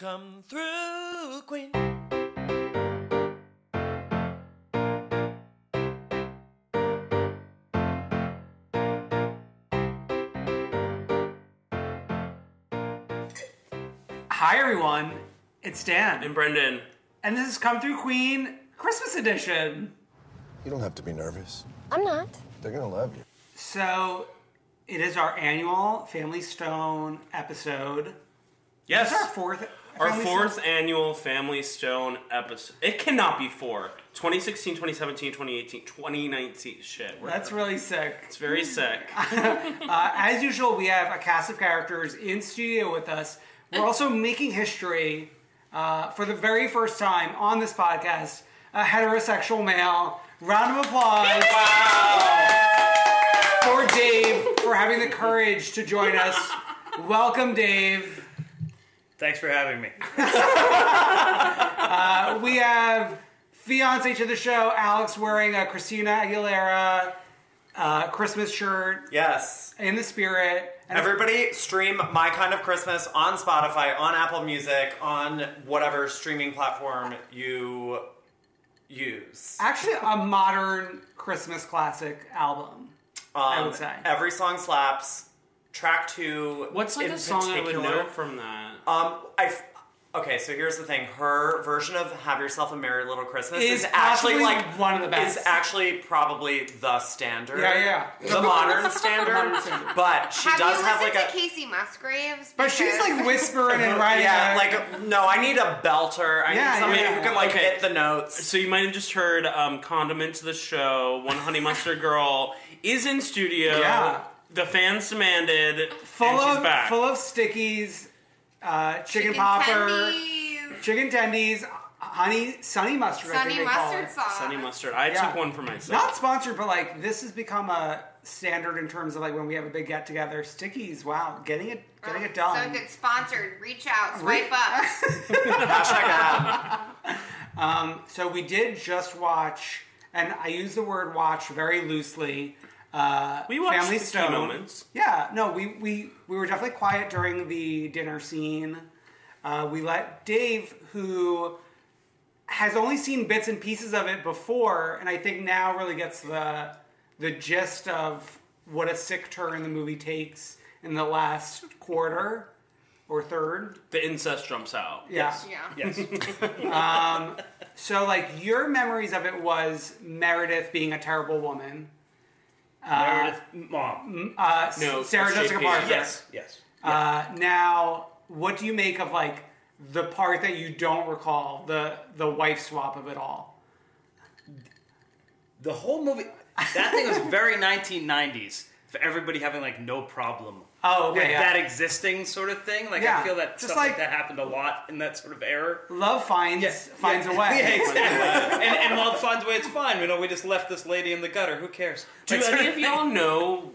Come through, Queen. Hi, everyone. It's Dan. And Brendan. And this is Come Through Queen Christmas Edition. You don't have to be nervous. I'm not. They're gonna love you. So, it is our annual Family Stone episode. Yes. It's our fourth. Our Family fourth Stone- annual Family Stone episode. It cannot be four. 2016, 2017, 2018, 2019. Shit. we're- That's really sick. it's very sick. Uh, as usual, we have a cast of characters in studio with us. We're also making history uh, for the very first time on this podcast. A heterosexual male. Round of applause for Dave for having the courage to join us. Welcome, Dave. Thanks for having me. Uh, We have fiance to the show, Alex, wearing a Christina Aguilera uh, Christmas shirt Yes. in the spirit. And of Everybody stream My Kind of Christmas on Spotify, on Apple Music, on whatever streaming platform you use. actually a modern Christmas classic album. I would say. Um, Every song slaps. Track two. What's like in a song I would particular. know from that? Um, I. f- Okay, so here's the thing. Her version of "Have Yourself a Merry Little Christmas" Is is, actually possibly like one of the best. Is actually probably the standard. Yeah, yeah. The modern standard. But she Have does you have like listened a to Casey Musgraves? but she's Because- like whispering and writing. Yeah, it. like no, I need a belter. I Yeah, need somebody yeah. who can like Okay. hit the notes. So you might have just heard um, Condiment to the Show, One Honey Mustard Girl is in studio. Yeah. The fans demanded. full and she's of back. full of stickies, uh, chicken, Chicken popper, tendies, chicken tendies, honey sunny mustard. I think Sunny they call mustard it. sauce. Sunny Mustard. I Yeah. took one for myself. Not sponsored, but like this has become a standard in terms of like when we have a big get together. Stickies, wow, getting it getting it Oh, So done. if it's sponsored, reach out, swipe up. Hashtag ad. Um, So we did just watch, and I use the word watch very loosely. Uh, We watched Family the key Stone. moments. Yeah, no, we, we we were definitely quiet during the dinner scene. Uh, we let Dave, who has only seen bits and pieces of it before, and I think now really gets the the gist of what a sick turn the movie takes in the last quarter or third. the incest jumps out. Yeah. Um, Yeah. So, like, your memories of it was Meredith being a terrible woman. Uh, Mom. No, Sarah Jessica JP. Parker. Yes. Yes. Uh, now, what do you make of like the part that you don't recall, the the wife swap of it all? The whole movie, that thing was very 1990s. for everybody having like no problem. Oh, okay, with yeah. that existing sort of thing. Like Yeah, I feel that just stuff like, like- that happened a lot in that sort of era. Love finds finds a way. Yeah, exactly. and, and while it finds a way, it's fine. You know, we just left this lady in the gutter. Who cares? Do Like, sort any of thing. y'all know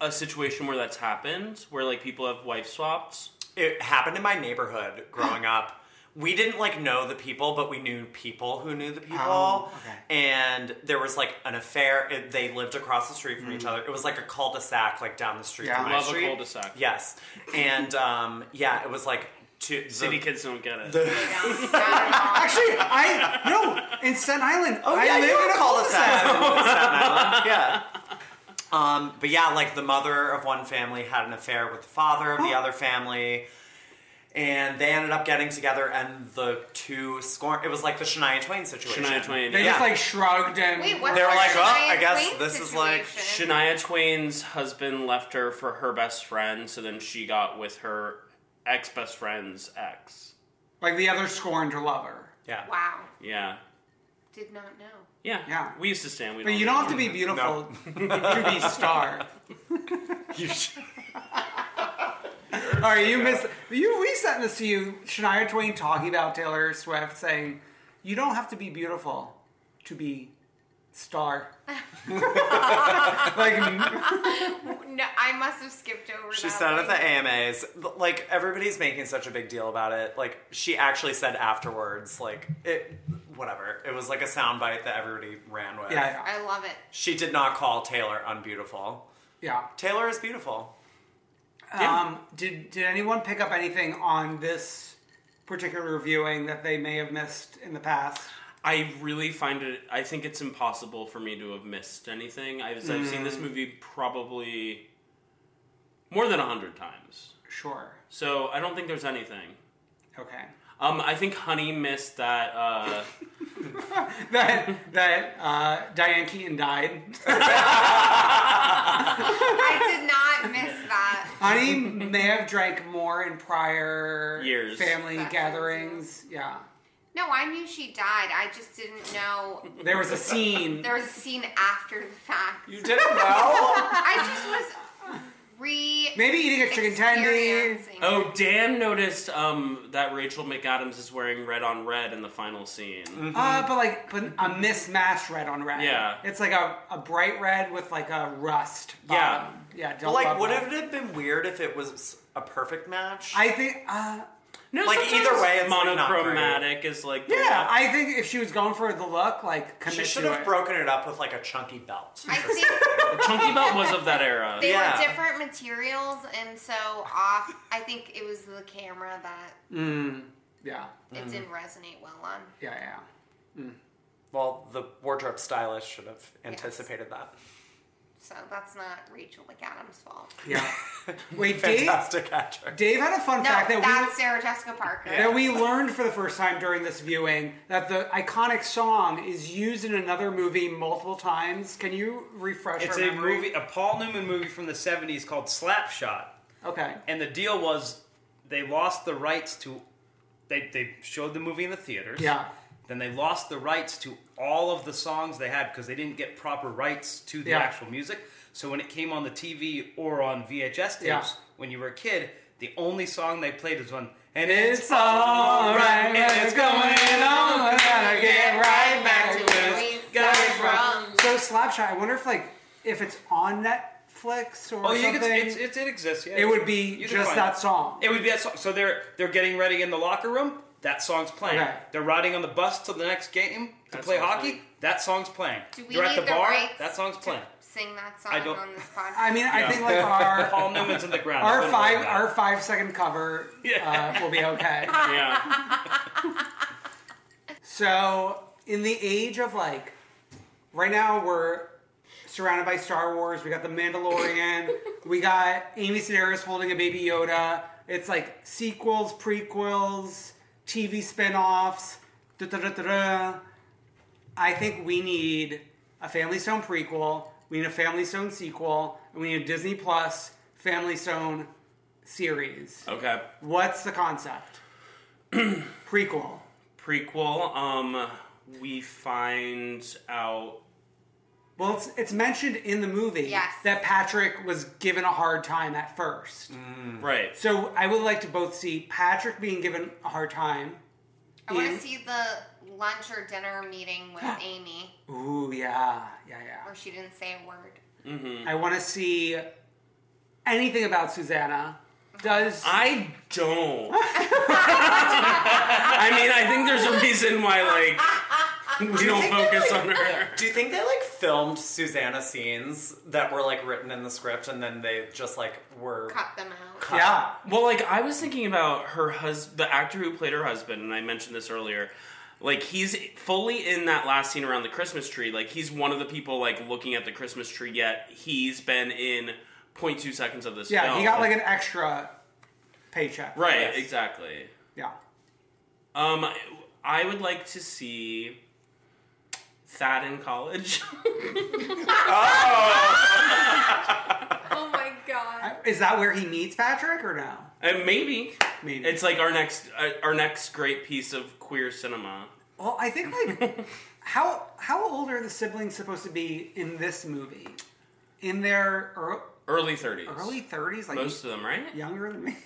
a situation where that's happened? Where like people have wife swaps? It happened in my neighborhood growing up. We didn't like know the people, but we knew people who knew the people. Oh, okay. And there was like an affair. It, they lived across the street from each Mm. other. It was like a cul-de-sac, like down the street. Yeah. from my Love a street. cul-de-sac. Yes. And um, yeah, it was like two City kids don't get it. Actually, I no in Staten Island. Oh, I yeah, live you in were a cul-de-sac. yeah. Um, but yeah, like the mother of one family had an affair with the father of the other family, and they ended up getting together, and the two scorn. It was like the Shania Twain situation. Shania Twain, They yeah. just like shrugged and Wait, what's They were the like, "Oh, I Shania guess Twain this is like- situation? Shania Twain's husband left her for her best friend, so then she got with her ex best friend's ex. like the other scorned her lover. Yeah. Wow. Yeah. Did not know. Yeah. Yeah. We used to stand. We But you don't have to be beautiful to be starved. You should. All right, you missed. You we sent this to you, Shania Twain talking about Taylor Swift, saying, "You don't have to be beautiful to be star." like no, I must have skipped over. She that said at one. the AMAs, but, like everybody's making such a big deal about it. Like she actually said afterwards, like it, whatever. It was like a soundbite that everybody ran with. I love it. She did not call Taylor unbeautiful. yeah. Taylor is beautiful. Um, did did anyone pick up anything on this particular viewing that they may have missed in the past? I really find it. I think it's impossible for me to have missed anything. I've, I've seen this Mm. movie probably more than a hundred times. Sure. So I don't think there's anything. Okay. Um, I think Honey missed that. Uh, that that uh, Diane Keaton died. I did not miss that. Honey may have drank more in prior Years. family Sessions, gatherings. Yeah. No, I knew she died. I just didn't know. There was a scene. There was a scene after the fact. You didn't know? I just was re. Maybe eating a chicken tendy. oh, Dan noticed um, that Rachel McAdams is wearing red on red in the final scene. Mm-hmm. Uh, but like, but a mismatched red on red. Yeah. It's like a, a bright red with like a rust. Yeah. Bottom. Yeah. But Don't like, love would that. it have been weird if it was a perfect match? I think. Uh, No, Like, sometimes either way, it's, like, not monochromatic is like the yeah, look. I think if she was going for the look, like commit She should to have it. broken it up with like a chunky belt. I think The chunky belt was of that era. they were different materials, and so off. I think it was the camera that Mm, yeah. it didn't resonate well on. Yeah, yeah. Well, the wardrobe stylist should have anticipated that. So that's not Rachel McAdams' fault. Yeah. Wait, Dave. Fantastic actress. Dave had a fun no, fact that we that's Sarah Jessica Parker. that we learned for the first time during this viewing that the iconic song is used in another movie multiple times. Can you refresh? It's our a memory? movie, a Paul Newman movie from the '70s called Slapshot. Okay. And the deal was, they lost the rights to. They they showed the movie in the theaters. Yeah. Then they lost the rights to all of the songs they had because they didn't get proper rights to the Yeah. actual music. So when it came on the TV or on VHS tapes, Yeah. when you were a kid, the only song they played was one. And It's it's, all all right, right, but and it's it's going going on. on, We're gonna get right back to where it. we started from. So Slapshot, I wonder if like if it's on Netflix or Oh, you something. can, it's, it's, it exists. Yeah, It would be You can just find that it. song. It would be that song. So they're they're getting ready in the locker room. That song's playing. Okay. They're riding on the bus to the next game to That play song's hockey. playing. That song's playing. Do we You're at need the, the bar. rights That song's playing. sing that I song don't- on this podcast. I mean, I Yeah. think like our Paul Newman's in the ground. our Don't worry five about it. our five second cover Yeah. uh, will be okay. Yeah. So, in the age of like, right now we're surrounded by Star Wars. We got The Mandalorian. we got Amy Sedaris holding a baby Yoda. It's like sequels, prequels, TV spin offs. I think we need a Family Stone prequel. We need a Family Stone sequel. And we need a Disney Plus Family Stone series. Okay. What's the concept? prequel. Prequel. Um, we find out. Well, it's, it's mentioned in the movie Yes. that Patrick was given a hard time at first. Mm. Right. So I would like to both see Patrick being given a hard time. I want in- to see the lunch or dinner meeting with Amy Ooh, yeah, yeah, where she didn't say a word. yeah. I want to see anything about Susanna. Does I don't. I mean, I think there's a reason why like we don't focus on her. Do you think they like filmed Susanna scenes that were like written in the script and then they just like were cut them out? Yeah. Well, like I was thinking about her husband, the actor who played her husband, and I mentioned this earlier. Like he's fully in that last scene around the Christmas tree. Like he's one of the people like looking at the Christmas tree. Yet he's been in 0.2 seconds of this. yeah, film. he got like an extra paycheck. Right, Yes. exactly. Yeah. Um, I would like to see Thad in college. Oh my god. Is that where he meets Patrick or no? And Uh, maybe, maybe it's like our next uh, our next great piece of queer cinema. Well, I think like how how old are the siblings supposed to be in this movie? In their ear- Early thirties. early thirties, like Most of them, right? younger than me.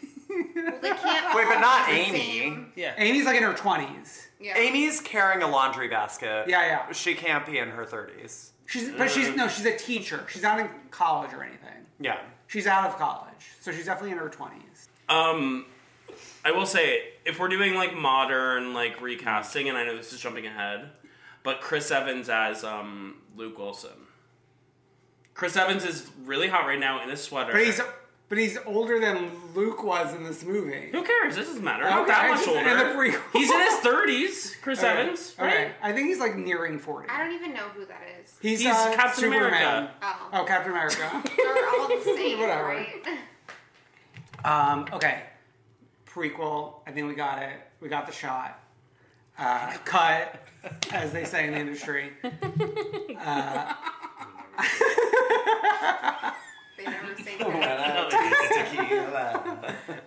They can't. Wait, but all not be the Amy. same. Yeah, Amy's like in her twenties. Yeah. Amy's carrying a laundry basket. Yeah, yeah. She can't be in her 30s. She's but she's no, she's a teacher. She's not in college or anything. Yeah. She's out of college, so she's definitely in her twenties. Um, I will say if we're doing like modern like recasting, and I know this is jumping ahead, but Chris Evans as um Luke Wilson. Chris Evans is really hot right now in a sweater. But he's but he's older than Luke was in this movie. Who cares? This doesn't matter. Not that Oh, Okay, much he's older. in the prequel. He's in his thirties. Chris Okay, Evans, right? okay. I think he's like nearing forty. I don't even know who that is. He's, He's uh, Captain Superman. America. Oh. Oh, Captain America. They're all the same, Whatever. right? Um, okay. Prequel. I think we got it. We got the shot. Uh, cut, as they say in the industry. Uh, They never say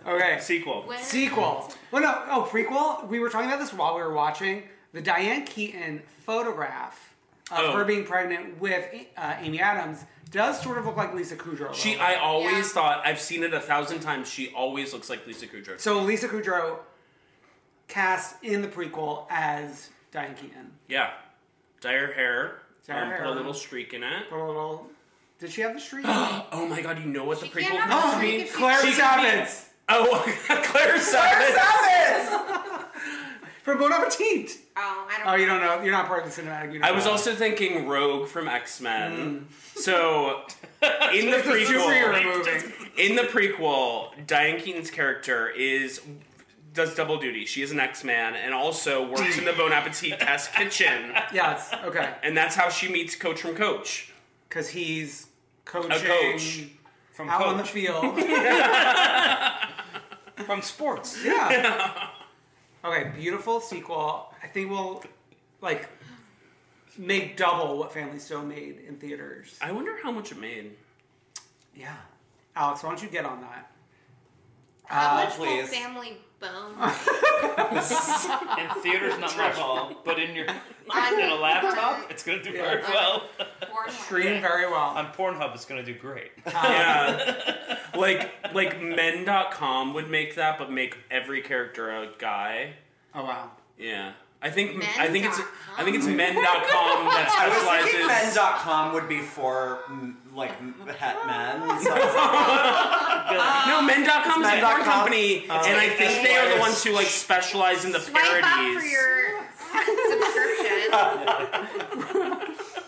okay. Sequel. When- Sequel. Well, no. Oh, prequel. We were talking about this while we were watching the Diane Keaton photograph of Oh. her being pregnant with uh, Amy Adams. Does sort of look like Lisa Kudrow. a little She, bit. I always thought I've seen it a thousand times. She always looks like Lisa Kudrow. So Lisa Kudrow cast in the prequel as Diane Keaton. yeah, dye her hair, Dye her um, hair. put a little streak in it. Put a little. Did she have the streak? Oh my god, you know what the prequel cannot could have be? a streak if Claire She could be- Savitz. Oh, Claire Savitz. From Bon Appetit. Oh, I don't Oh, you don't know. You're not part of the cinematic universe. I was also thinking Rogue from X Men. So in the It's a superhero prequel, movie. in the prequel, Diane Keaton's character is does double duty. She is an X Man and also works in the Bon Appetit test kitchen, Yes. Okay. and that's how she meets Coach from Coach. Because he's coaching coach. From out on the coach. field. From sports. yeah. Okay. Beautiful sequel. I think we'll like make double what Family Stone made in theaters. I wonder how much it made. Yeah. Alex, why don't you get on that? Uh, How much will please. family bone In theaters, not much, but in your in a on laptop, it's gonna do very well. Pornhub? Screen very well. Um, On Uh, Pornhub, it's gonna do great. Yeah. like like men.com would make that but make every character a guy. oh wow. Yeah. I think I think it's I think it's Men.com. men.com that I was thinking specializes men.com would be for mm, like het men. So I was like, No, men.com is a porn men.com. company and I think they are the Yes. ones who like specialize in the Swipe up for parodies. your subscription.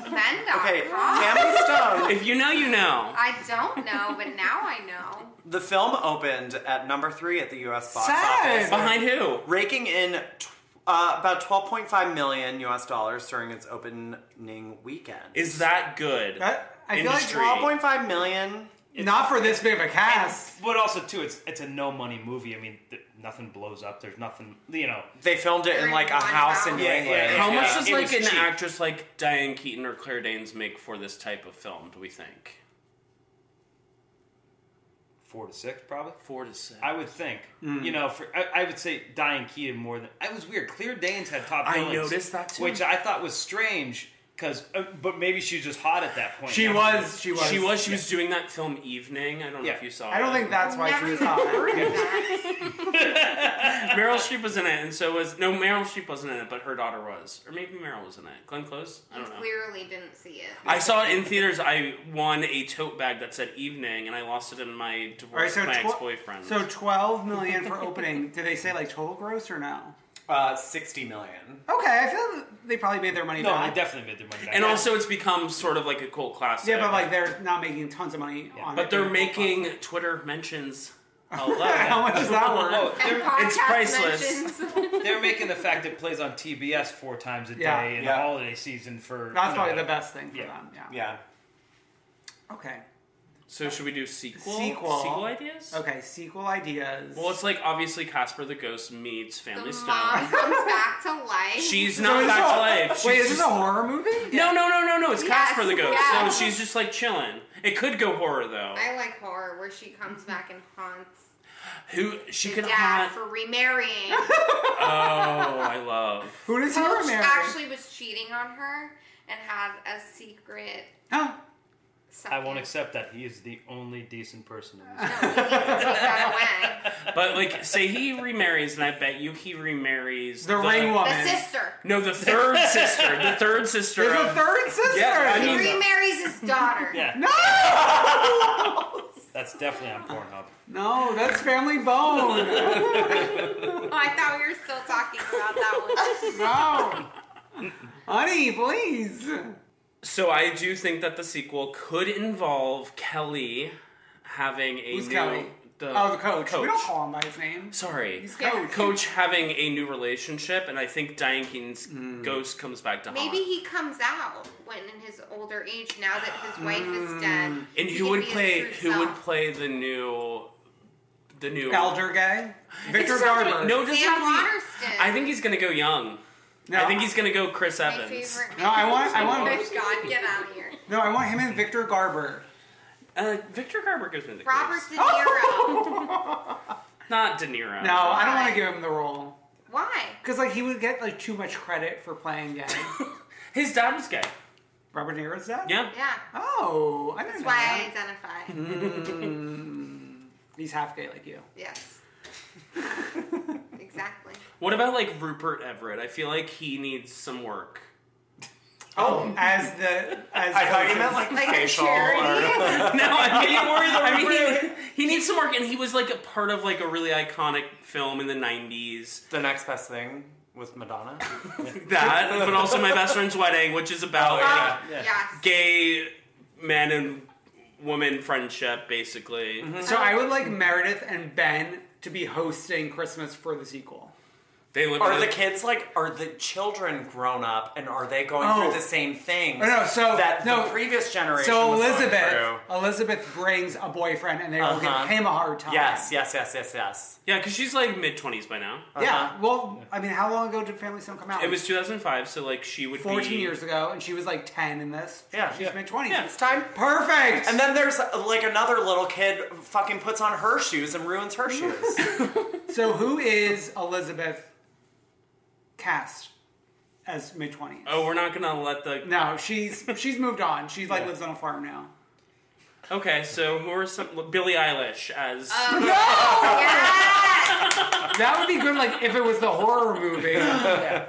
Men.com. okay, Family Stone. If you know, you know. I don't know, but now I know. The film opened at number three at the U.S. box Sad. office, Behind who? raking in tw- uh, about 12.5 million U.S. dollars during its opening weekend. Is that good? That- I feel like Industry. 12.5 million? Not for this big of a cast. But also too, it's it's a no money movie. I mean, th- nothing blows up. There's nothing, you know. They filmed it in like a One house in house. New Yeah, England. yeah, how much yeah. does It like was an cheap. actress like Diane Keaton or Claire Danes make for this type of film? Do we think Four to six, probably. four to six? I would think. Mm. You know, for I, I would say Diane Keaton more than I was weird. Clear Danes had top I villains, noticed that too. which I thought was strange. uh, Because, but maybe she's just hot at that point. She Yeah. was. She was. She was. She was doing that film evening. I don't know Yeah. if you saw. I don't it. think that's why she was Never hot. heard of that. Meryl Streep was in it, and so was no. Meryl Streep wasn't in it, but her daughter was, or maybe Meryl was in it. Glenn Close. I don't know. Clearly didn't see it. I saw it in theaters. I won a tote bag that said "evening," and I lost it in my divorce. All right, so with my tw- ex-boyfriend. So twelve million for opening. Did they say like total gross or no? Uh, sixty million. Okay, I feel that they probably made their money. back. definitely made their money back. And Yeah. also, it's become sort of like a cult classic. Yeah, but like they're not making tons of money on it. But they're making Twitter mentions. How much is that worth? Oh, And they're- podcast it's priceless. mentions. they're making the fact that it plays on TBS four times a day Yeah. in Yeah. the holiday season for. That's you know, probably the best thing for yeah. them. Yeah. Yeah. Okay. So should we do sequel? Sequel. Sequel ideas? Okay, sequel ideas. Well, it's like obviously Casper the Ghost meets Family Stone. Mom comes back to life. She's not back to life. She's Wait, is this a just- horror movie? No, no, no, no, no. It's Yes, Casper the Ghost. yeah. So she's just like chilling. It could go horror though. I like horror where she comes back and haunts Who she the could dad haunt? for remarrying. Oh, I love. Who does Coach actually was cheating on her and had a secret. I won't accept that. He is the only decent person in this. But like, say he remarries, and I bet you he remarries The ring woman. The sister. No, the third sister. The third sister. There's a of- third sister? Yeah, I he mean, remarries his daughter. Yeah. No! That's definitely on Pornhub. No, that's Family Bone. Oh, I thought we were still talking about that one. no, honey, please. so I do think that the sequel could involve Kelly having a Who's new Kelly? The, oh, the coach. We don't call him by his name. Sorry, He's coach. Coach having a new relationship, and I think Diane Keaton's Hmm. ghost comes back to Maybe haunt. he comes out when in his older age, now that his wife is dead. Hmm. And he who can would be his play? true Who would self. play the new? The new Elder guy. Victor It's- Garber. No, it doesn't Sam have to be- Waterston. I think he's gonna go young. I think he's gonna go Chris Evans. Favorite No, I want- I want- Oh, God, get out of here. No, I want him and Victor Garber. Uh, Victor Garber gives me the Robert De creeps. Niro. Not De Niro. No, Oh, I don't want to give him the role Why? because like he would get like too much credit for playing gay. His dad was gay. Robert De Niro's dad. Yeah. Yeah. Oh, I That's didn't know why I that. identify. Mm-hmm. Mm, he's half gay like you. Yes. exactly. What about like Rupert Everett? I feel like he needs some work. Oh, as the as I thought you meant like, Like a facial. charity? Or... No, I mean, Are you worried that I mean, Rupert- he, he needs some work, and he was like a part of like a really iconic film in the '90s. The next best thing with Madonna. That, Oh, but also my best friend's wedding, which is about uh, yeah. like, Yeah. Yes. gay man and woman friendship, basically. Mm-hmm. So I would like Meredith and Ben to be hosting Christmas for the sequel. They live in Are a- the kids like? Are the children grown up, and are they going Oh. through the same things? Oh, no, so- that no. the previous generation. So was going Elizabeth, through? Elizabeth brings a boyfriend, and they will Uh-huh. give him a hard time. Yes, uh-huh. yes, yes, yes, yes. yeah, because she's like mid twenties by now. Yeah. Well, I mean, how long ago did Family Stone come out? It was 2005, so like she would be 14 years ago, and she was like 10 in this. Yeah. She's mid 20s. It's time. Perfect. And then there's like another little kid fucking puts on her shoes and ruins her shoes. so who is Elizabeth cast as mid 20s? Oh, we're not gonna let the No, she's she's moved on. She's like lives on a farm now. Okay, so who are some Billie Eilish as Oh, That would be good, like if it was the horror movie.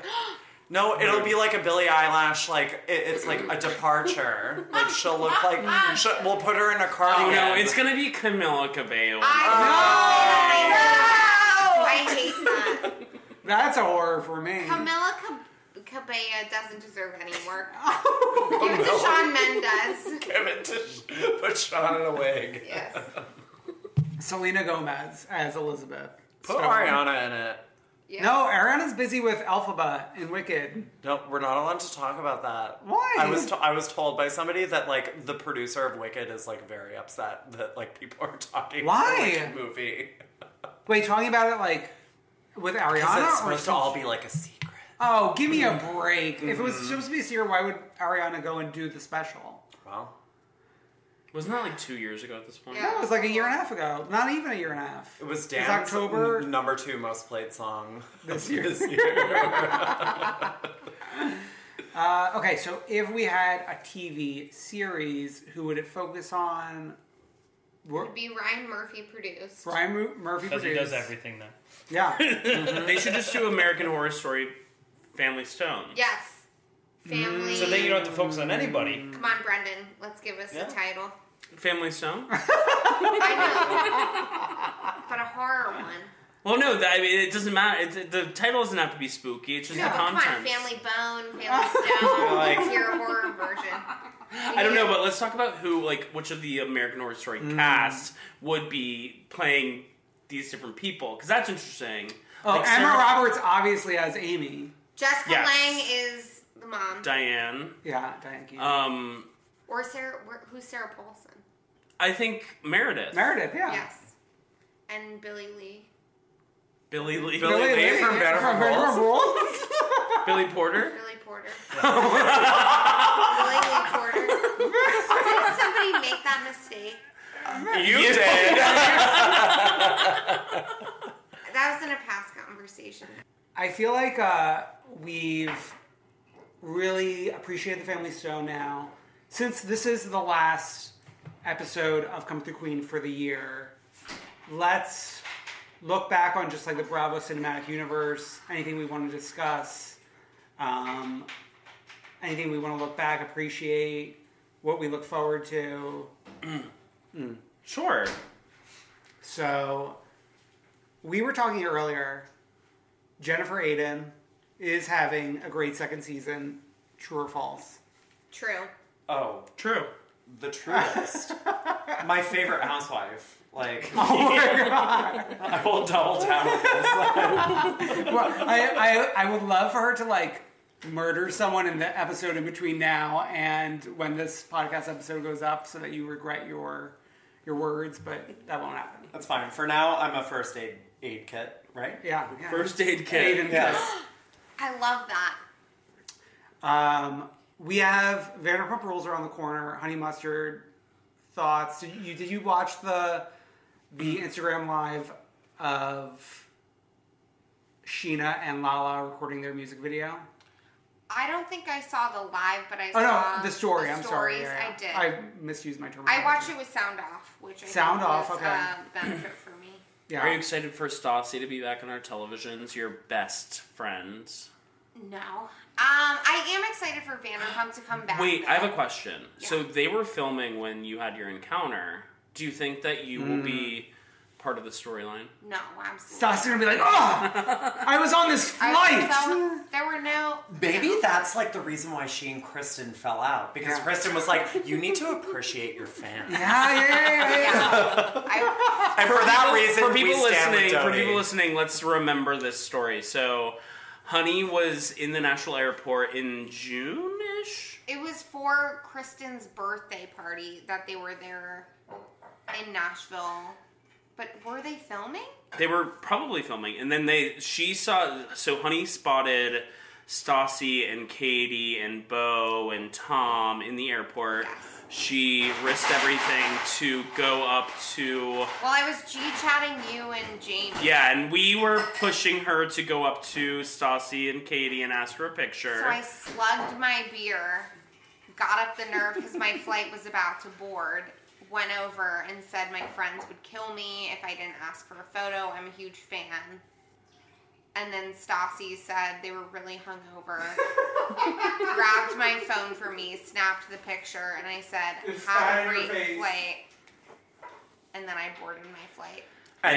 No, it'll be like a Billie Eyelash, like it, it's like a departure. Like she'll look like she'll, we'll put her in a Oh cardigan. no, it's gonna be Camilla Cabello. Ah. I hate that. That's a horror for me. Camilla Cab- Cabello doesn't deserve any work. Oh, Give it to Sean Mendes. give it to put Sean in a wig. Yes. Selena Gomez as Elizabeth. Put Stone. Ariana in it. Yeah. No, Ariana's busy with Elphaba and Wicked. No, we're not allowed to talk about that. Why? I was to- I was told by somebody that like the producer of Wicked is like very upset that like people are talking Why? about Wicked movie. Wait, talking about it like with Ariana? Because it's or supposed to some- all be like a secret. Oh, give me a break. If it was supposed to be Seer, why would Ariana go and do the special? Well, Wasn't that like two years ago at this point? That was like a year and a half ago. Not even a year and a half. it was It's Dan's October. n- number two most played song This year. this year. Uh, okay, so if we had a TV series, who would it focus on? Wor- It'd be Ryan Murphy produced. Brian Mu- Murphy Because he produced. does everything now. Yeah. they should just do American Horror Story Family Stone. Yes. Family. Mm. So then you don't have to focus on anybody. Come on, Brendan. Let's give us Yeah. the title. Family Stone? But a horror one. Well, no, that, I mean, it doesn't matter. It, the title doesn't have to be spooky. It's just No, the but come on, content. Family Bone, Family Stone. Like- It's your horror version. I don't know, but let's talk about who, like, which of the American Horror Story Mm. cast would be playing these different people because that's interesting. Oh, Like, Emma Sarah- Roberts obviously has Amy. Jessica Yes. Lang is the mom. Diane. Yeah, Diane Keaton. Um, or Sarah, where- who's Sarah Paulson? I think Meredith. Meredith, yeah. Yes. And Billy Lee. Billy Lee. Billy Billy Lee Lee from from Better Better Call Call Saul. Billy Porter. Billy Porter. Billy Lee Porter. Did somebody make that mistake? You did. That was in a past conversation. I feel like uh, we've really appreciated the Family Stone now. Since this is the last episode of Come Through Queen for the year, let's look back on just like the Bravo cinematic universe, anything we want to discuss, um, anything we want to look back, appreciate, what we look forward to. Sure. So we were talking earlier. Jennifer Aiden is having a great second season. True or false? True. Oh, True. the truest. My favorite housewife. Like, I will double down on this. Well, I, I I would love for her to like murder someone in the episode in between now and when this podcast episode goes up, so that you regret your your words. But that won't happen. That's fine. For now, I'm a first aid aid kit, right? Yeah. yeah. First aid kit. Aiden, Yes. I love that. Um, we have Vanderpump Rules around the corner. Honey mustard thoughts. Did you did you watch the the Instagram live of Sheena and Lala recording their music video? I don't think I saw the live, but I Oh saw no, the story. I'm sorry. Uh, stories. yeah, yeah. I did. I misused my term. I, watched it with sound off, which I Sound think off, was okay. a benefit for me. Yeah. Are you excited for Stassi to be back on our televisions? Your best friends. No, um, I am excited for Vanderpump to come back. Wait, though. I have a question. So they were filming when you had your encounter. Do you think that you will be Mm. part of the storyline? No, absolutely. Stassi gonna be like, oh, I was on this flight. So, there were no. Maybe that's like the reason why she and Kristen fell out because Yeah. Kristen was like, "You need to appreciate your fans," yeah, yeah, yeah, yeah, yeah. I, and for that reason, for people we stand listening, with for Dodie. people listening, let's remember this story. So, Honey was in the national airport in June ish. it was for Kristen's birthday party that they were there in Nashville. But were they filming? They were probably filming, and then they she saw so Honey spotted Stassi and Katie and Bo and Tom in the airport. She risked everything to go up to Well, I was G chatting you and Jamie. yeah, and we were pushing her to go up to Stassi and Katie and ask for a picture. So I slugged my beer, got up the nerve because my flight was about to board, went over and said my friends would kill me if I didn't ask for a photo. I'm a huge fan. And then Stassi said they were really hungover, grabbed my phone for me, snapped the picture, and I said, It's Have a fine in your great face." flight. And then I boarded my flight. and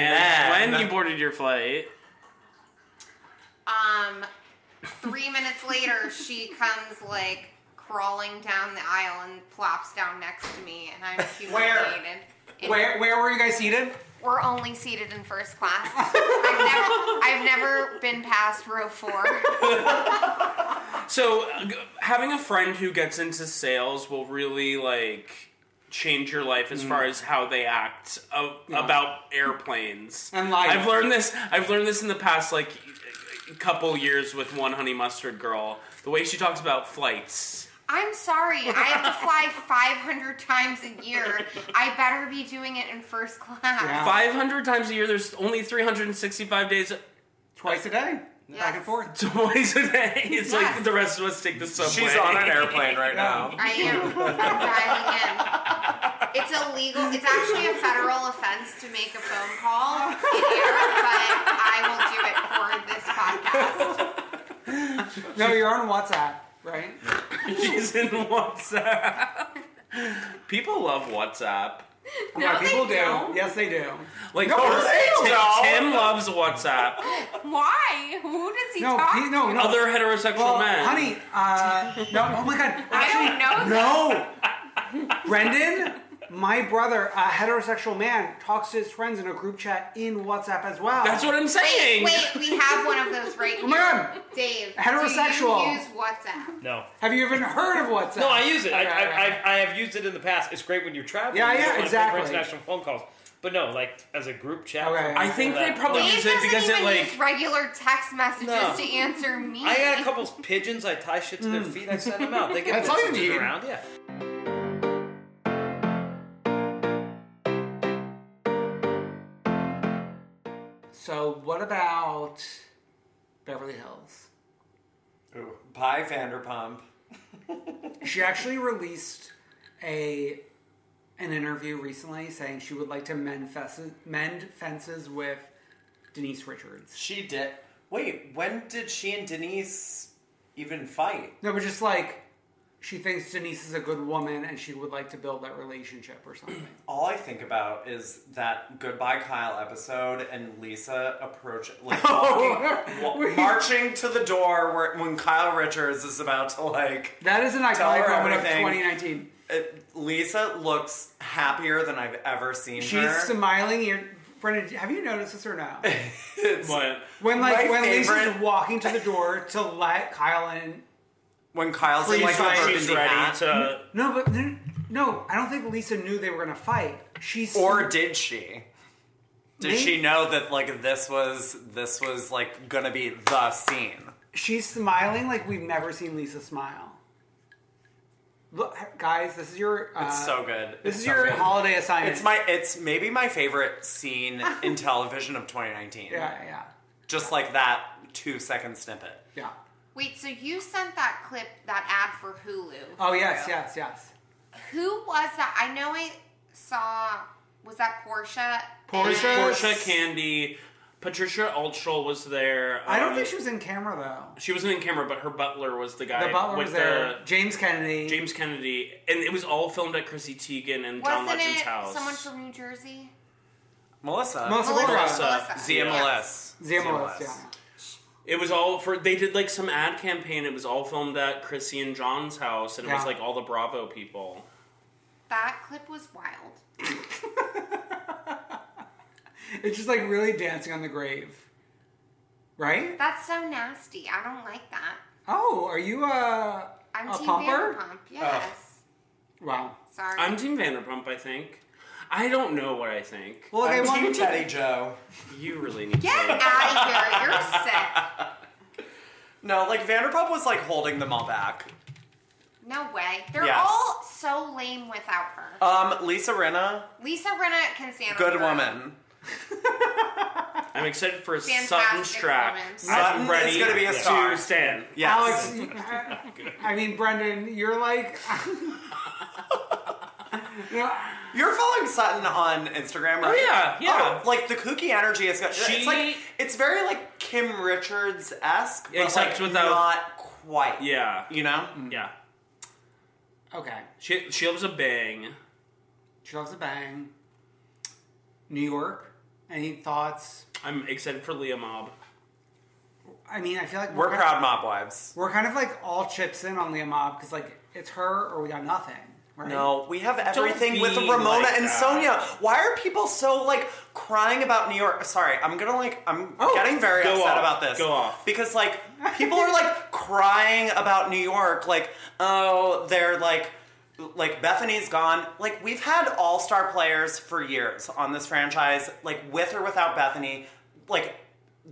then- when you boarded your flight, Um, three minutes later, she comes like crawling down the aisle and plops down next to me, and I'm humiliated. It- Where where were you guys seated? We're only seated in first class. I've never, I've never been past row four. So uh, g- having a friend who gets into sales will really like change your life Mm. as far as how they act of, about airplanes. And life. I've learned this. I've learned this in the past like y- couple years with one honey mustard girl. The way she talks about flights. I'm sorry, I have to fly 500 times a year. I better be doing it in first class. Yeah. Five hundred times a year. There's only three hundred and sixty-five days. Twice a day. Back and forth. Twice a day. It's like the rest of us take the subway. She's on an airplane right now. I am driving in. It's illegal. It's actually a federal offense to make a phone call in air, but I will do it for this podcast. No, you're on WhatsApp, right? She's in WhatsApp. People love WhatsApp. No, Yeah, people they do. don't. Yes, they do. Like oh, No, they Tim, don't. Tim loves WhatsApp. Why? Who does he No, talk he- no, to? no. Other Well, heterosexual men. honey, uh, no, oh my god. I don't know. No! Brendan, my brother, a heterosexual man, talks to his friends in a group chat in WhatsApp as well. That's what I'm Wait, saying. wait, we have one of those right Come here. on. Dave, Heterosexual. do you use WhatsApp? No. Have you even heard of WhatsApp? No, I use it. I, Okay, I, okay. I, I have used it in the past. It's great when you're traveling. Yeah, You don't yeah, wanna pay for exactly. international phone calls. But no, like as a group chat. Okay. for I think people they that- probably Dave use it doesn't because even it like use regular text messages No. to answer me. I got a couple pigeons. I tie shit to their feet. I send them out. They get Hmm. That's all you messages need. around. Yeah. So, what about Beverly Hills? Bye, Vanderpump. She actually released a an interview recently saying she would like to mend fences, mend fences with Denise Richards. She did. Wait, when did she and Denise even fight? No, but just like she thinks Denise is a good woman and she would like to build that relationship or something. All I think about is that Goodbye Kyle episode and Lisa approach like walking, wa- marching to the door where, when Kyle Richards is about to like. That is an Tell iconic her moment of everything. 2019. it- Lisa looks happier than I've ever seen She's her. smiling. You're, Brendan, have you noticed this or no? what? When like My when Lisa's favorite- walking to the door to let Kyle in. when Kyle's in She's like a like- burgundy She's ready hat. to. No, but no, no, I don't think Lisa knew they were gonna fight. She's Or did she? Did Maybe- she know that like this was this was like gonna be the scene? she's smiling like we've never seen Lisa smile. Look, guys, this is your. Uh, It's so good. This It's is so your good. holiday assignment. It's my it's maybe my favorite scene in television of 2019. Yeah, yeah, Just like that two second snippet. yeah. Wait, so you sent that clip, that ad for Hulu. Oh yes, yes, yes. Who was that? I know I saw. Was that Portia? Portia- And- Portia Candy, Patricia Altschul was there. I don't um, think she was in camera though. She wasn't in camera, but her butler was the guy. The butler with was there. the- James Kennedy. James Kennedy, and it was all filmed at Chrissy Teigen and John Wasn't Legend's it house. someone from New Jersey? Melissa. Uh, Melissa Melissa. Laura. Melissa. ZMLS. Zamolis, yeah. It was all for. They did like some ad campaign. It was all filmed at Chrissy and John's house, and it was Yeah. like all the Bravo people. That clip was wild. It's just like really dancing on the grave. Right? That's so nasty. I don't like that. Oh, are you a, I'm a Team pumper? Vanderpump. Yes. Wow. Sorry. I'm Team Vanderpump. I think. I don't know what I think. Well, okay, I'm one, Team Teddy Joe. You really need. Get to out of here. You're sick. No, like Vanderpump was like holding them all back. No way. They're Yes. all so lame without her. Um, Lisa Rinna, Lisa Renna can stand on good her own. woman. I'm excited for Sutton Fantastic Strack. woman. Sutton I'm is ready gonna be a to star. stand. Yes. Alex, I, I mean, Brendan, you're like. You know, You're following Sutton on Instagram, right? Oh, yeah, yeah. Oh, like the kooky energy is got She- it's like it's very like Kim Richards esque, Except like, without- Oh. not quite. Yeah. You know? Yeah. okay. She she loves a bang. She loves a bang. New York. Any thoughts? I'm excited for Leah Mob. I mean, I feel like We're kind proud Of, mob wives. we're kind of like all chips in on Leah Mob because like it's her or we got nothing. Right? No, we have everything with be Ramona like and that. Sonia. Why are people so like crying about New York? Sorry, I'm gonna like I'm Oh, getting very go upset off, about this. go off. because like people are like crying about New York. Like oh, they're like like Bethany's gone. Like we've had all star players for years on this franchise. Like with or without Bethany, like.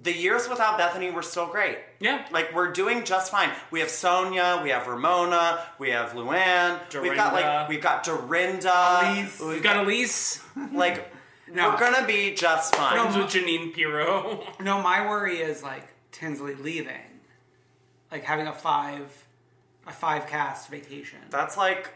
The years without Bethany were still great. Yeah. Like, we're doing just fine. We have Sonia, we have Ramona, we have Luann, we've got, Dorinda. like, we've got Dorinda. Elise. We've got Elise. Like, No. we're gonna be just fine. Friends with Janine Pirro. No, my worry is like Tinsley leaving, like having a five, a five cast vacation. That's like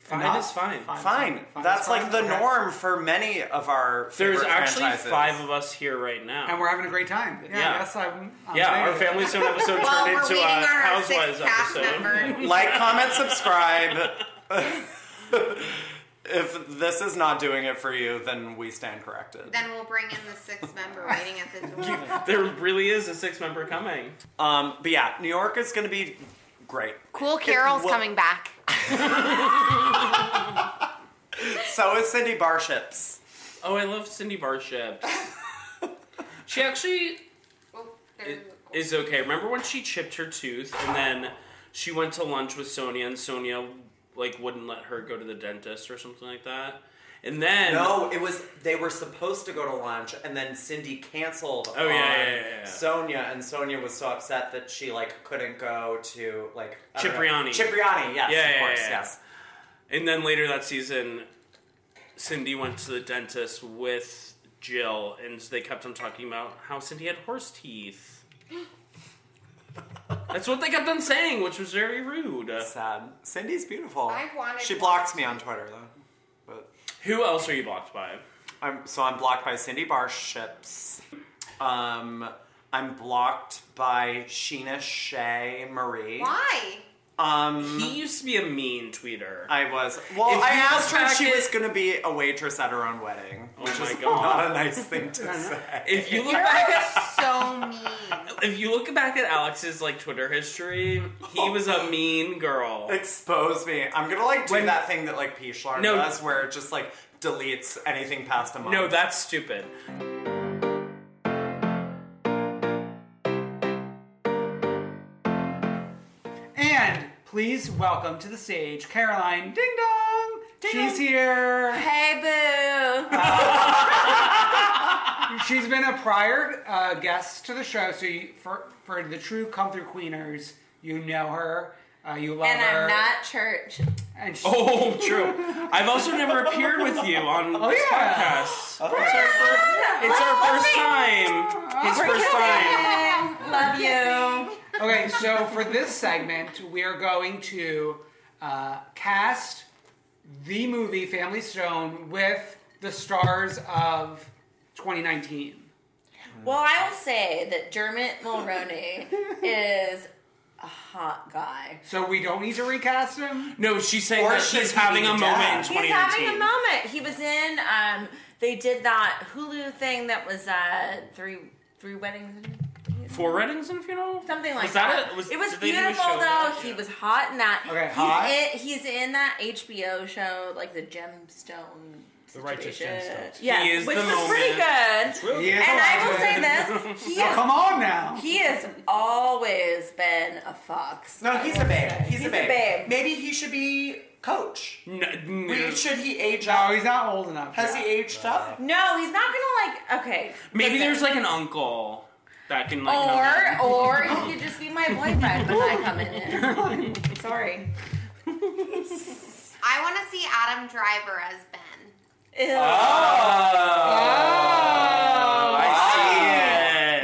Five Enough? is fine. Five is fine. Five That's is like fine? the Okay. norm for many of our. There's favorite actually franchises. five of us here right now. and we're having a great time. Yeah, Yeah. I guess I'm. I'm yeah, our saying. Family Stone episode Well, turned we're into a waiting on our uh, Housewives sixth cast episode. member. like, comment, subscribe. if this is not doing it for you, then we stand corrected. Then we'll bring in the sixth member waiting at the door. There really is a six member coming. Um, but yeah, New York is going to be great. Cool Carol's Well- coming back. So is Cindy Barships. Oh, I love Cindy Barship. she actually Oh, there's a- is okay. Remember when she chipped her tooth and then she went to lunch with Sonia and Sonia like wouldn't let her go to the dentist or something like that. And then No, Oh, it was they were supposed to go to lunch, and then Cindy canceled. Oh, yeah, on yeah, yeah, yeah. Sonia, and Sonia was so upset that she like couldn't go to like I don't know. Cipriani. Cipriani, yes, Yeah, of yeah, course, yeah, yeah. yes. and then later that season Cindy went to the dentist with Jill and they kept on talking about how Cindy had horse teeth. That's what they kept on saying, which was very rude. Sad. Um, Cindy's beautiful. I wanted- She blocked me on Twitter though, but Who else are you blocked by? I'm so I'm blocked by Cindy Barships. Um, I'm blocked by Sheena Shea Marie. Why? Um, He used to be a mean tweeter. I was. Well, If I you asked her if track she it- was going to be a waitress at her own wedding. oh which my is god. Not a nice thing to say. If you look back at So mean. if you look back at Alex's like Twitter history, he was a mean girl. Expose me. I'm gonna like do that thing that like Pishlar No. does, where it just like deletes anything past a month. No, that's stupid. And please welcome to the stage Caroline Ding Dong. She's here. Hey, boo. She's been a prior uh, guest to the show, so you, for for the true come through queeners, you know her, uh, you love And her, I'm not church. and she, Oh, true. I've also never appeared with you on this yeah. podcast. It's our first, it's our first time. His first time. Love you. Okay, so for this segment, we are going to uh, cast the movie Family Stone with the stars of 2019. Well, I will say that Dermot Mulroney is a hot guy. So we don't need to recast him. No, she's saying Or that should she's he having be a dead? moment in He's having a 2019. moment. He was in. Um, they did that Hulu thing that was uh, three three weddings. Four weddings and a funeral? Something like was that. that. it? Was, it was did they do a beautiful show though. that- He yeah. was hot in that. Okay, he's hot. In, he's in that HBO show, like the Gemstone. The Righteous Gemstones. Yeah, He is which the was pretty moment. good. He is And I will alive. say this: he Now, is come on now. He has always been a fox. No, he's a babe. He's, He's a a babe. babe. Maybe he should be coach. No, We- no. Should he age No, up? Oh, he's not old enough. Has yet. he aged up? No, he's not gonna like. Okay, Maybe listen. there's like an uncle that can like. help him. Or or he could just be my boyfriend when I come in. There. Sorry. I want to see Adam Driver as Ben. Ew. Oh.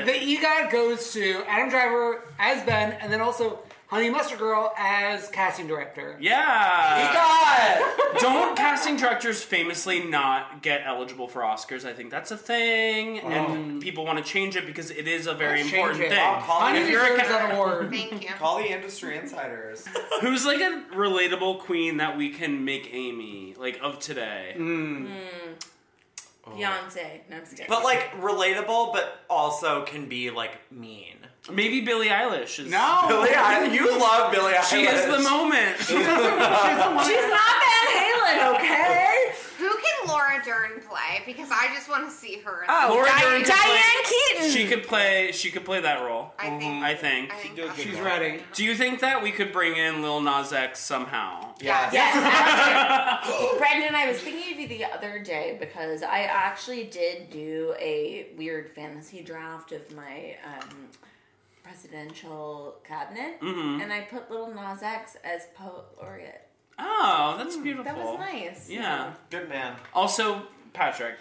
The EGOT goes to Adam Driver as Ben, and then also Honey Mustard Girl as casting director. Yeah. God. Don't casting directors famously not get eligible for Oscars? I think that's a thing, and people want to change it because it is a very Oh. Change important it. thing. I'll call Honey If you're a deserves ca- an award. Thank you. Call the industry insiders. Who's like a relatable queen that we can make Amy like of today? Mm. Beyonce. No, I'm just kidding. But like relatable, but also can be like mean. Maybe Billie Eilish is. No, Billie Eilish. You love Billie Eilish. she is the moment. she's not Van Halen, okay? Who can Laura Dern play? Because I just want to see her. Laura Di- Dern could Diane play- Keaton. She could play. She could play that role. I think. I think. I think does that's- good she's ready. Do you think that we could bring in Lil Nas X somehow? Yes. Yes, actually, Brandon, I was thinking of you the other day because I actually did do a weird fantasy draft of my um, presidential cabinet, Mm-hmm. and I put little Nas X as poet laureate. Mm. Oh, that's beautiful. That was nice. Yeah. Good man. Also, Patrick.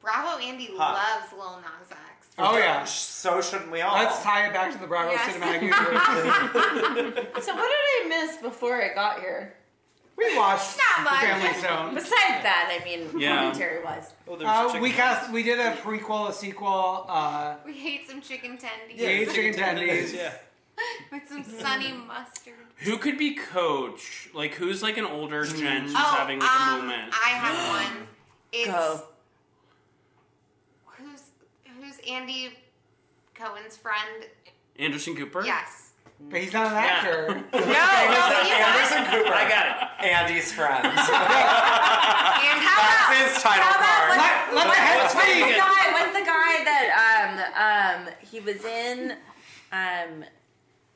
Bravo Andy loves Lil Nas X. Oh, yeah. So shouldn't we all? Let's tie it back to the Broadway Yes. Oh, Cinematic Universe. So what did I miss before I got here? we watched Not much. Family Stone. Besides that, I mean, Yeah. commentary wise. Uh, we cast. We did a prequel, a sequel. Uh, We ate some chicken tendies. we ate chicken tendies. With some sunny mustard. Who could be coach? Like, who's like an older gent who's Oh, having like a um, moment? I have one. It's who's who's Andy Cohen's friend? Anderson Cooper. Yes. Oh, But he's not an actor. No, no, Anderson Cooper. I got it. Andy's friend. How That's his title card. about- Let- let the head what's the speak. guy? What's the guy that um um he was in um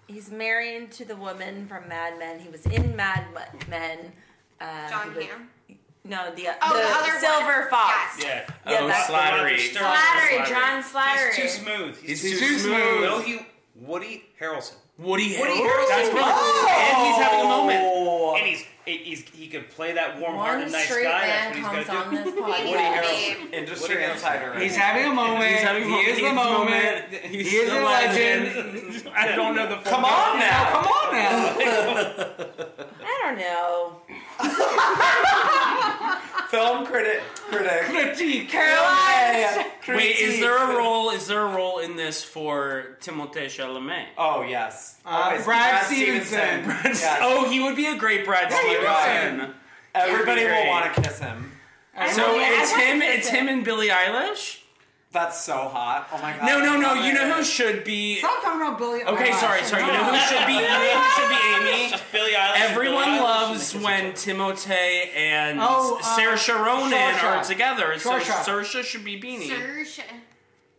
he's married to the woman from Mad Men. He was in Mad Men. Um, John he was- Hamm? No, the, Oh, the, the other one. Silver Fox. Yeah. Yeah, Oh, that's- Slattery. Slattery, John Slattery. He's too smooth. He's, He's too smooth. No, he Woody Harrelson. Woody Woody Harrelson? Harrelson. That's right. Oh! And he's having a moment. And he's, he- he's he could play that One warm-hearted, nice straight guy. man That's what he's comes got to on do. this Woody podcast. Harrelson. Industry Woody Harrelson. insider. He's having a moment. He's having a he moment. is He's the the moment. moment. He He's is the the legend. I don't know the. Full Come on now. Come on now. I don't know. Film critic. Critic. Critique. Caroline. Wait, is there a role? Is there a role in this for Timothée Chalamet? Oh yes. Uh, Always Brad Stevenson. Yes. Oh, he would be a great Brad Yeah, you're Stevenson. Everybody He'd be will great. want to kiss him. So I it's wanna him. kiss It's him. him and Billie Eilish. That's so hot. Oh my god. No, no, no. Love You it. know who should be. Stop talking about Billy. Okay, Uh, Eilish. sorry, sorry. You know who should be. You know who should be Amy. Billy Eilish. Everyone Billie Eilish. loves when Timotei and Oh, uh, Sarah Sharonan Saoirse. are together. So Saoirse. Saoirse should be Beanie. Serge.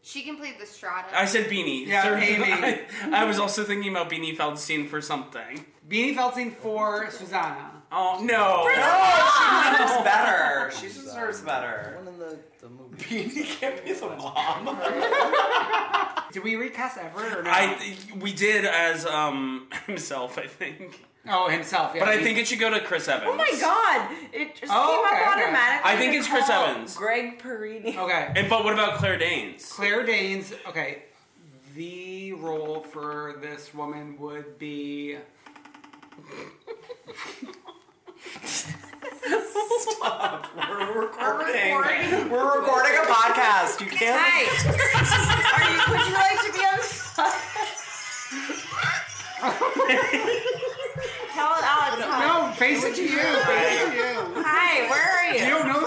She can play the Strata. I said Beanie. Yeah, Saoirse- Amy. I, I was also thinking about Beanie Feldstein for something. Beanie Feldstein for Susanna. Oh no! Oh, she deserves better. She deserves better. One in the, the movie. Beanie can't be the mom. Did we recast Everett or no? I we did as um himself, I think. oh, himself. Yeah, But I he- think it should go to Chris Evans. Oh my god! It just Oh, came okay, up okay. automatically. I think to it's Chris call Evans. Greg Perini. Okay. And but what about Claire Danes? Claire Danes. Okay. The role for this woman would be. We're recording. We're recording a podcast. You can't. Hey, are you, would you like to be on? Tell Alex. hi. No, face it to you. Face it to you. Hi, where are You you? don't know.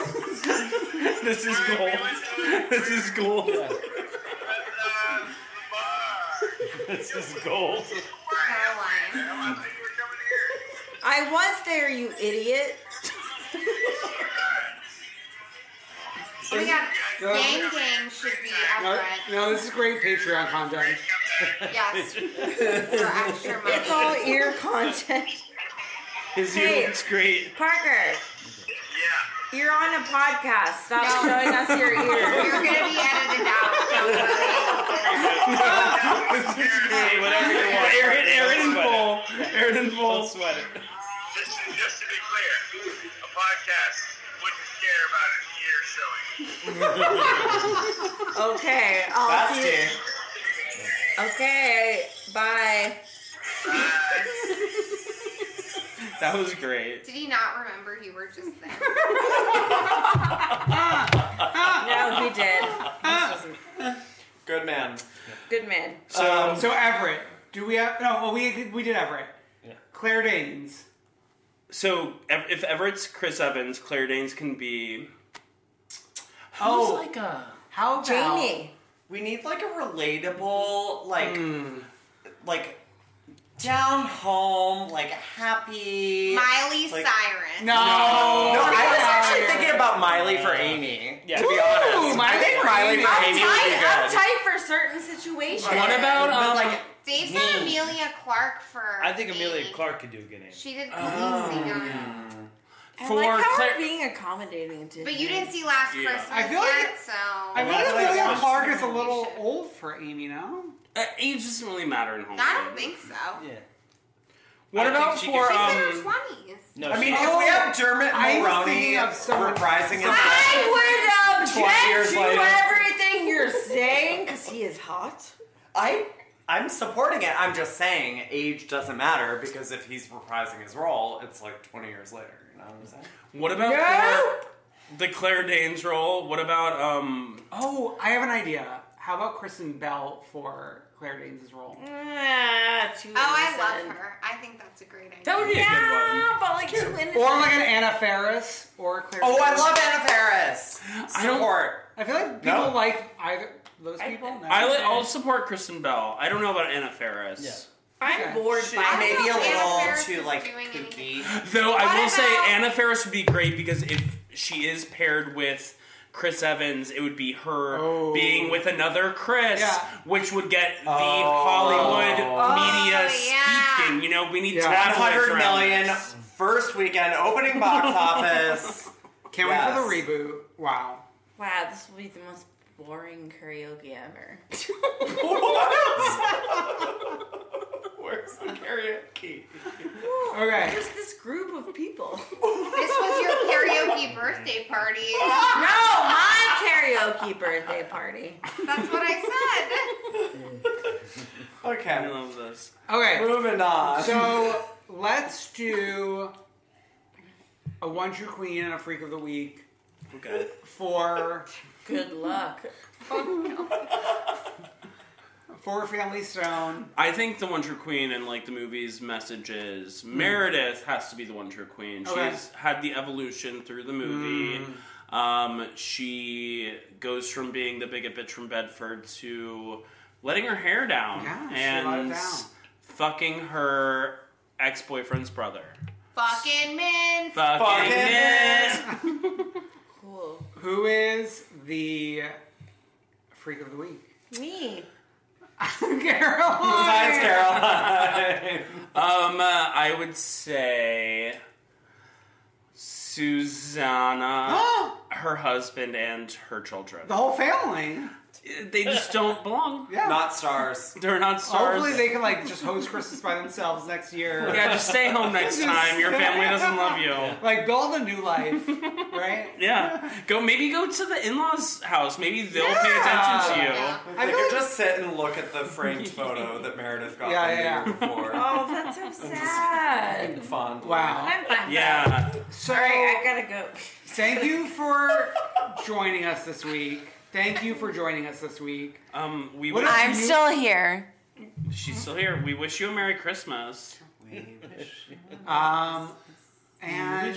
This is gold. This is gold. This is gold. Caroline. I was there, you idiot. Oh my god. No. Gang Gang should be No, Everett. no, this is great Patreon content. Yes. For extra money. It's all ear content. His Hey. ear looks great. Parker. Yeah. You're on a podcast. Stop showing us your ears. You're gonna be edited out. Hey, whatever you want. Aaron, Aaron Don't Bull. Aaron Bull. sweat it. Just, just to be clear, a podcast wouldn't care about an ear showing. Okay. I'll see you. Bestie. Okay. Bye. That was great. Did he not remember you were just there? No, he did. This is a Good man. Good man. So, Um, so Everett. Do we have? No, well, we we did Everett. Claire Danes. So Ev- if Everett's Chris Evans, Claire Danes can be. Oh, a. how about Jamie. We need like a relatable, like, like down home, like happy. Miley Like- Cyrus. No, No, I was actually Miley. thinking about Miley for Amy. Yeah. To be Ooh, honest, Miley I think for Miley Amy. for I'm Amy would be tight. I'm good. tight for certain situations. What about But um? like, Dave said Me. Amelia Clark for. I think Amelia Amy. Clark could do a good name. She did Oh, Khaleesi on I for like how Claire- we're being accommodating to. But you him. didn't see Last Yeah. Christmas I feel like- yet, so. I feel like Well, that's Amelia like- Clark is a little old for Amy, no? uh, age doesn't really matter in Hollywood. I don't think so. yeah. What I think about she for She's in um? her twenties. No, I mean, she- if we have Dermot I was Mulroney thinking of someone- reprising his I would 20 years object to later. everything you you're saying because he is hot. I I'm supporting it. I'm just saying age doesn't matter because if he's reprising his role, it's like 20 years later. You know what I'm saying? What about Claire, the Claire Danes role? What about um? Oh, I have an idea. How about Kristen Bell for Claire Danes' role? Mm. oh, I love her. I think that's a great idea. That would be a good one. Yeah, but like too innocent. Or like an Anna Faris or Claire. Oh, I Danes. love Anna Faris. I don't- Support. I feel like people No. like either those people. No. I li- I'll support Kristen Bell. I don't know about Anna Faris. I'm bored She by may it. be a little Ferris too is like doing kooky. Though I What will say about- Anna Faris would be great because if she is paired with Chris Evans, it would be her Oh. being with another Chris, which would get the Hollywood Oh, media speaking. You know, we need Yeah. yeah. 100 million first weekend opening box office. Can't wait for the reboot. Wow. Wow, this will be the most boring karaoke ever. Where's the karaoke? Okay. There's this group of people. This was your karaoke birthday party. No, my karaoke birthday party. That's what I said. Okay. I love this. Okay. Moving on. So let's do a one true queen and a freak of the week Okay. for Good luck. for Family Stone. I think the One True Queen and like the movie's message is Meredith has to be the One True Queen. She's Hmm. Okay. Hmm. had the evolution through the movie. Um, she goes from being the bigot bitch from Bedford to letting her hair down Yeah, she let it and down. fucking her ex boyfriend's brother. Fucking men. Fucking it. Cool. Who is the freak of the week? Me. Carol. Thanks, Caroline. Um, uh, I would say Susanna, her husband, and her children. The whole family. They just don't belong. Yeah. Not stars. They're not stars. Hopefully they can like just host Christmas by themselves next year. yeah, just stay home next time. Your family doesn't love you. Like build a new life, right? Yeah, go maybe go to the in-laws' house. Maybe they'll pay attention to you. I They feel could like just sit and look at the framed photo that Meredith got Yeah, from yeah, the year before. Oh, that's so sad. And fond. wow. I'm fine. Yeah, So Sorry, I gotta go. thank you for joining us this week. Thank you for joining us this week. um, we. What Wish, if- I'm still here. she's still here. We wish you a Merry Christmas. Um, and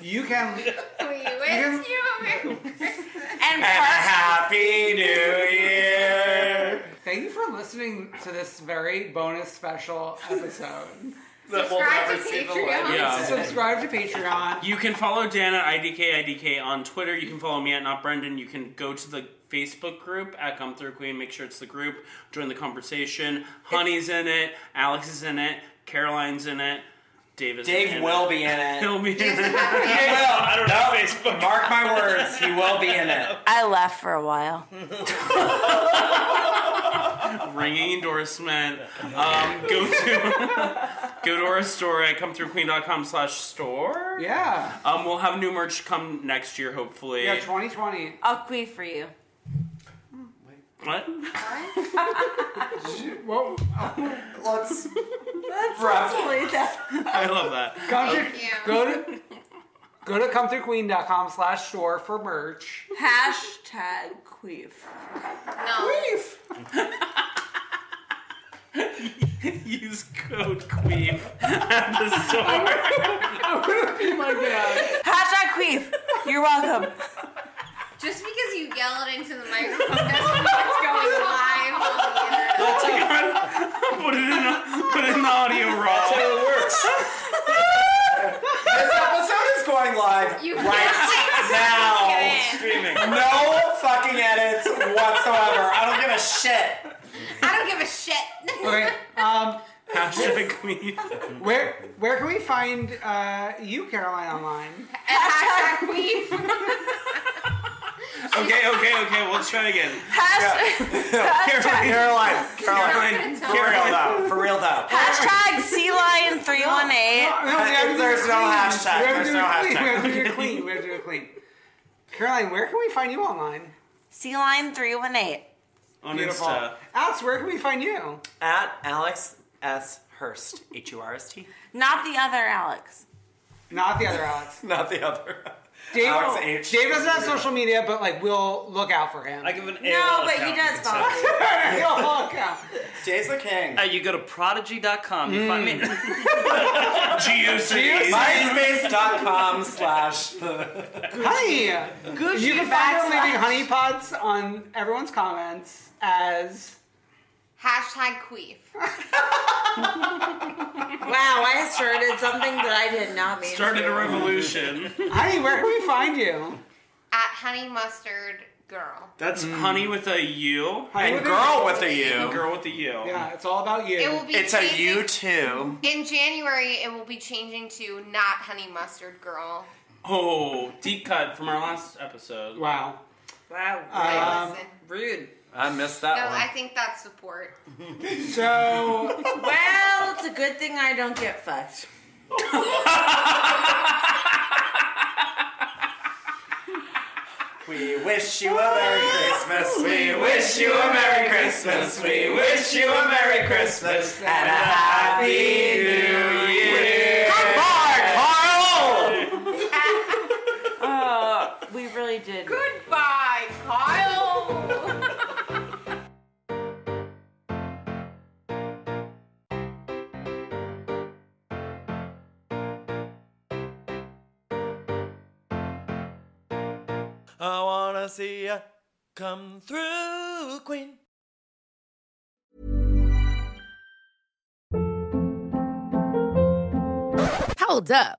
you can We wish you a Merry Christmas. And And a part- happy new year. thank you for listening to this very bonus special episode. That we'll Subscribe never to see the Patreon. light. Yeah. Subscribe to Patreon. You can follow Dan at IDK IDK on Twitter. You can follow me at Not Brendan. You can go to the Facebook group at Come Through Queen. Make sure it's the group. Join the conversation. Honey's in it. Alex is in it. Caroline's in it. Dave is in Dave will be in it. it. He'll be in it. I don't know Facebook. Mark my words, he will be in it. I left for a while. ringing endorsement. Um, go to go to our store at comethroughqueen.com slash store. Yeah. Um, we'll have new merch come next year, hopefully. Yeah, 2020. I'll queef for you. what? Whoa. Let's Really, that's I love that. Come to, you. go to go to comethroughqueen.com slash store for merch. Hashtag queef. No. Use code Queen at the store. Hashtag queef. You're welcome. Just because you yell it into the microphone doesn't mean it's going live on the internet. put it in a, put it in the audio raw. it works. this episode is going live You right now. Streaming. No fucking edits whatsoever. I don't give a shit. I don't give a shit. Okay. Um, Hashtag Queen. where where can we find uh, you, Caroline, online? Hashtag queen. Okay, okay, okay. Let's try again. Hashtag, Caroline. Caroline, Caroline, Caroline. for real Caroline. though, for real though. hashtag sea lion 318. No, we have to do There's it no clean. hashtag. We have to There's do it no hashtag. clean. We have to do it clean. We have to do it clean. Caroline, where can we find you online? Sea Lion 318. On Beautiful. Insta. Alex, where can we find you? At Alex S. Hurst. H U R S T. Not the other Alex. Not the other Alex. Not the other. Dave, Alex H. Dave doesn't have social media, but like we'll look out for him. I give an No, but he does follow me. He'll look out. Jay's the king. Uh, you go to prodigy.com. You find me. G-U-C. MySpace.com slash the. Honey, Gucci you can find her leaving backslash. honey pots on everyone's comments as Hashtag queef. Wow, I started something that I did not mean. Started a revolution. honey. Where can we find you? At honey mustard girl. That's Mm. honey with a U Honey And with a girl U. with a U. And girl with a U. Yeah, it's all about you. It will be It's a changing- you too. In January, it will be changing to not honey mustard girl. Oh, deep cut from our last episode. Wow. Wow. Um, Rude. I missed No, that one. I think that's support. So Well, it's a good thing I don't get fucked. We wish you a Merry Christmas. We wish you a Merry Christmas. We wish you a Merry Christmas and a Happy New Year. Goodbye, Carl. Oh, we really did. Goodbye, Kyle. I wanna see ya come through, Queen. Hold up.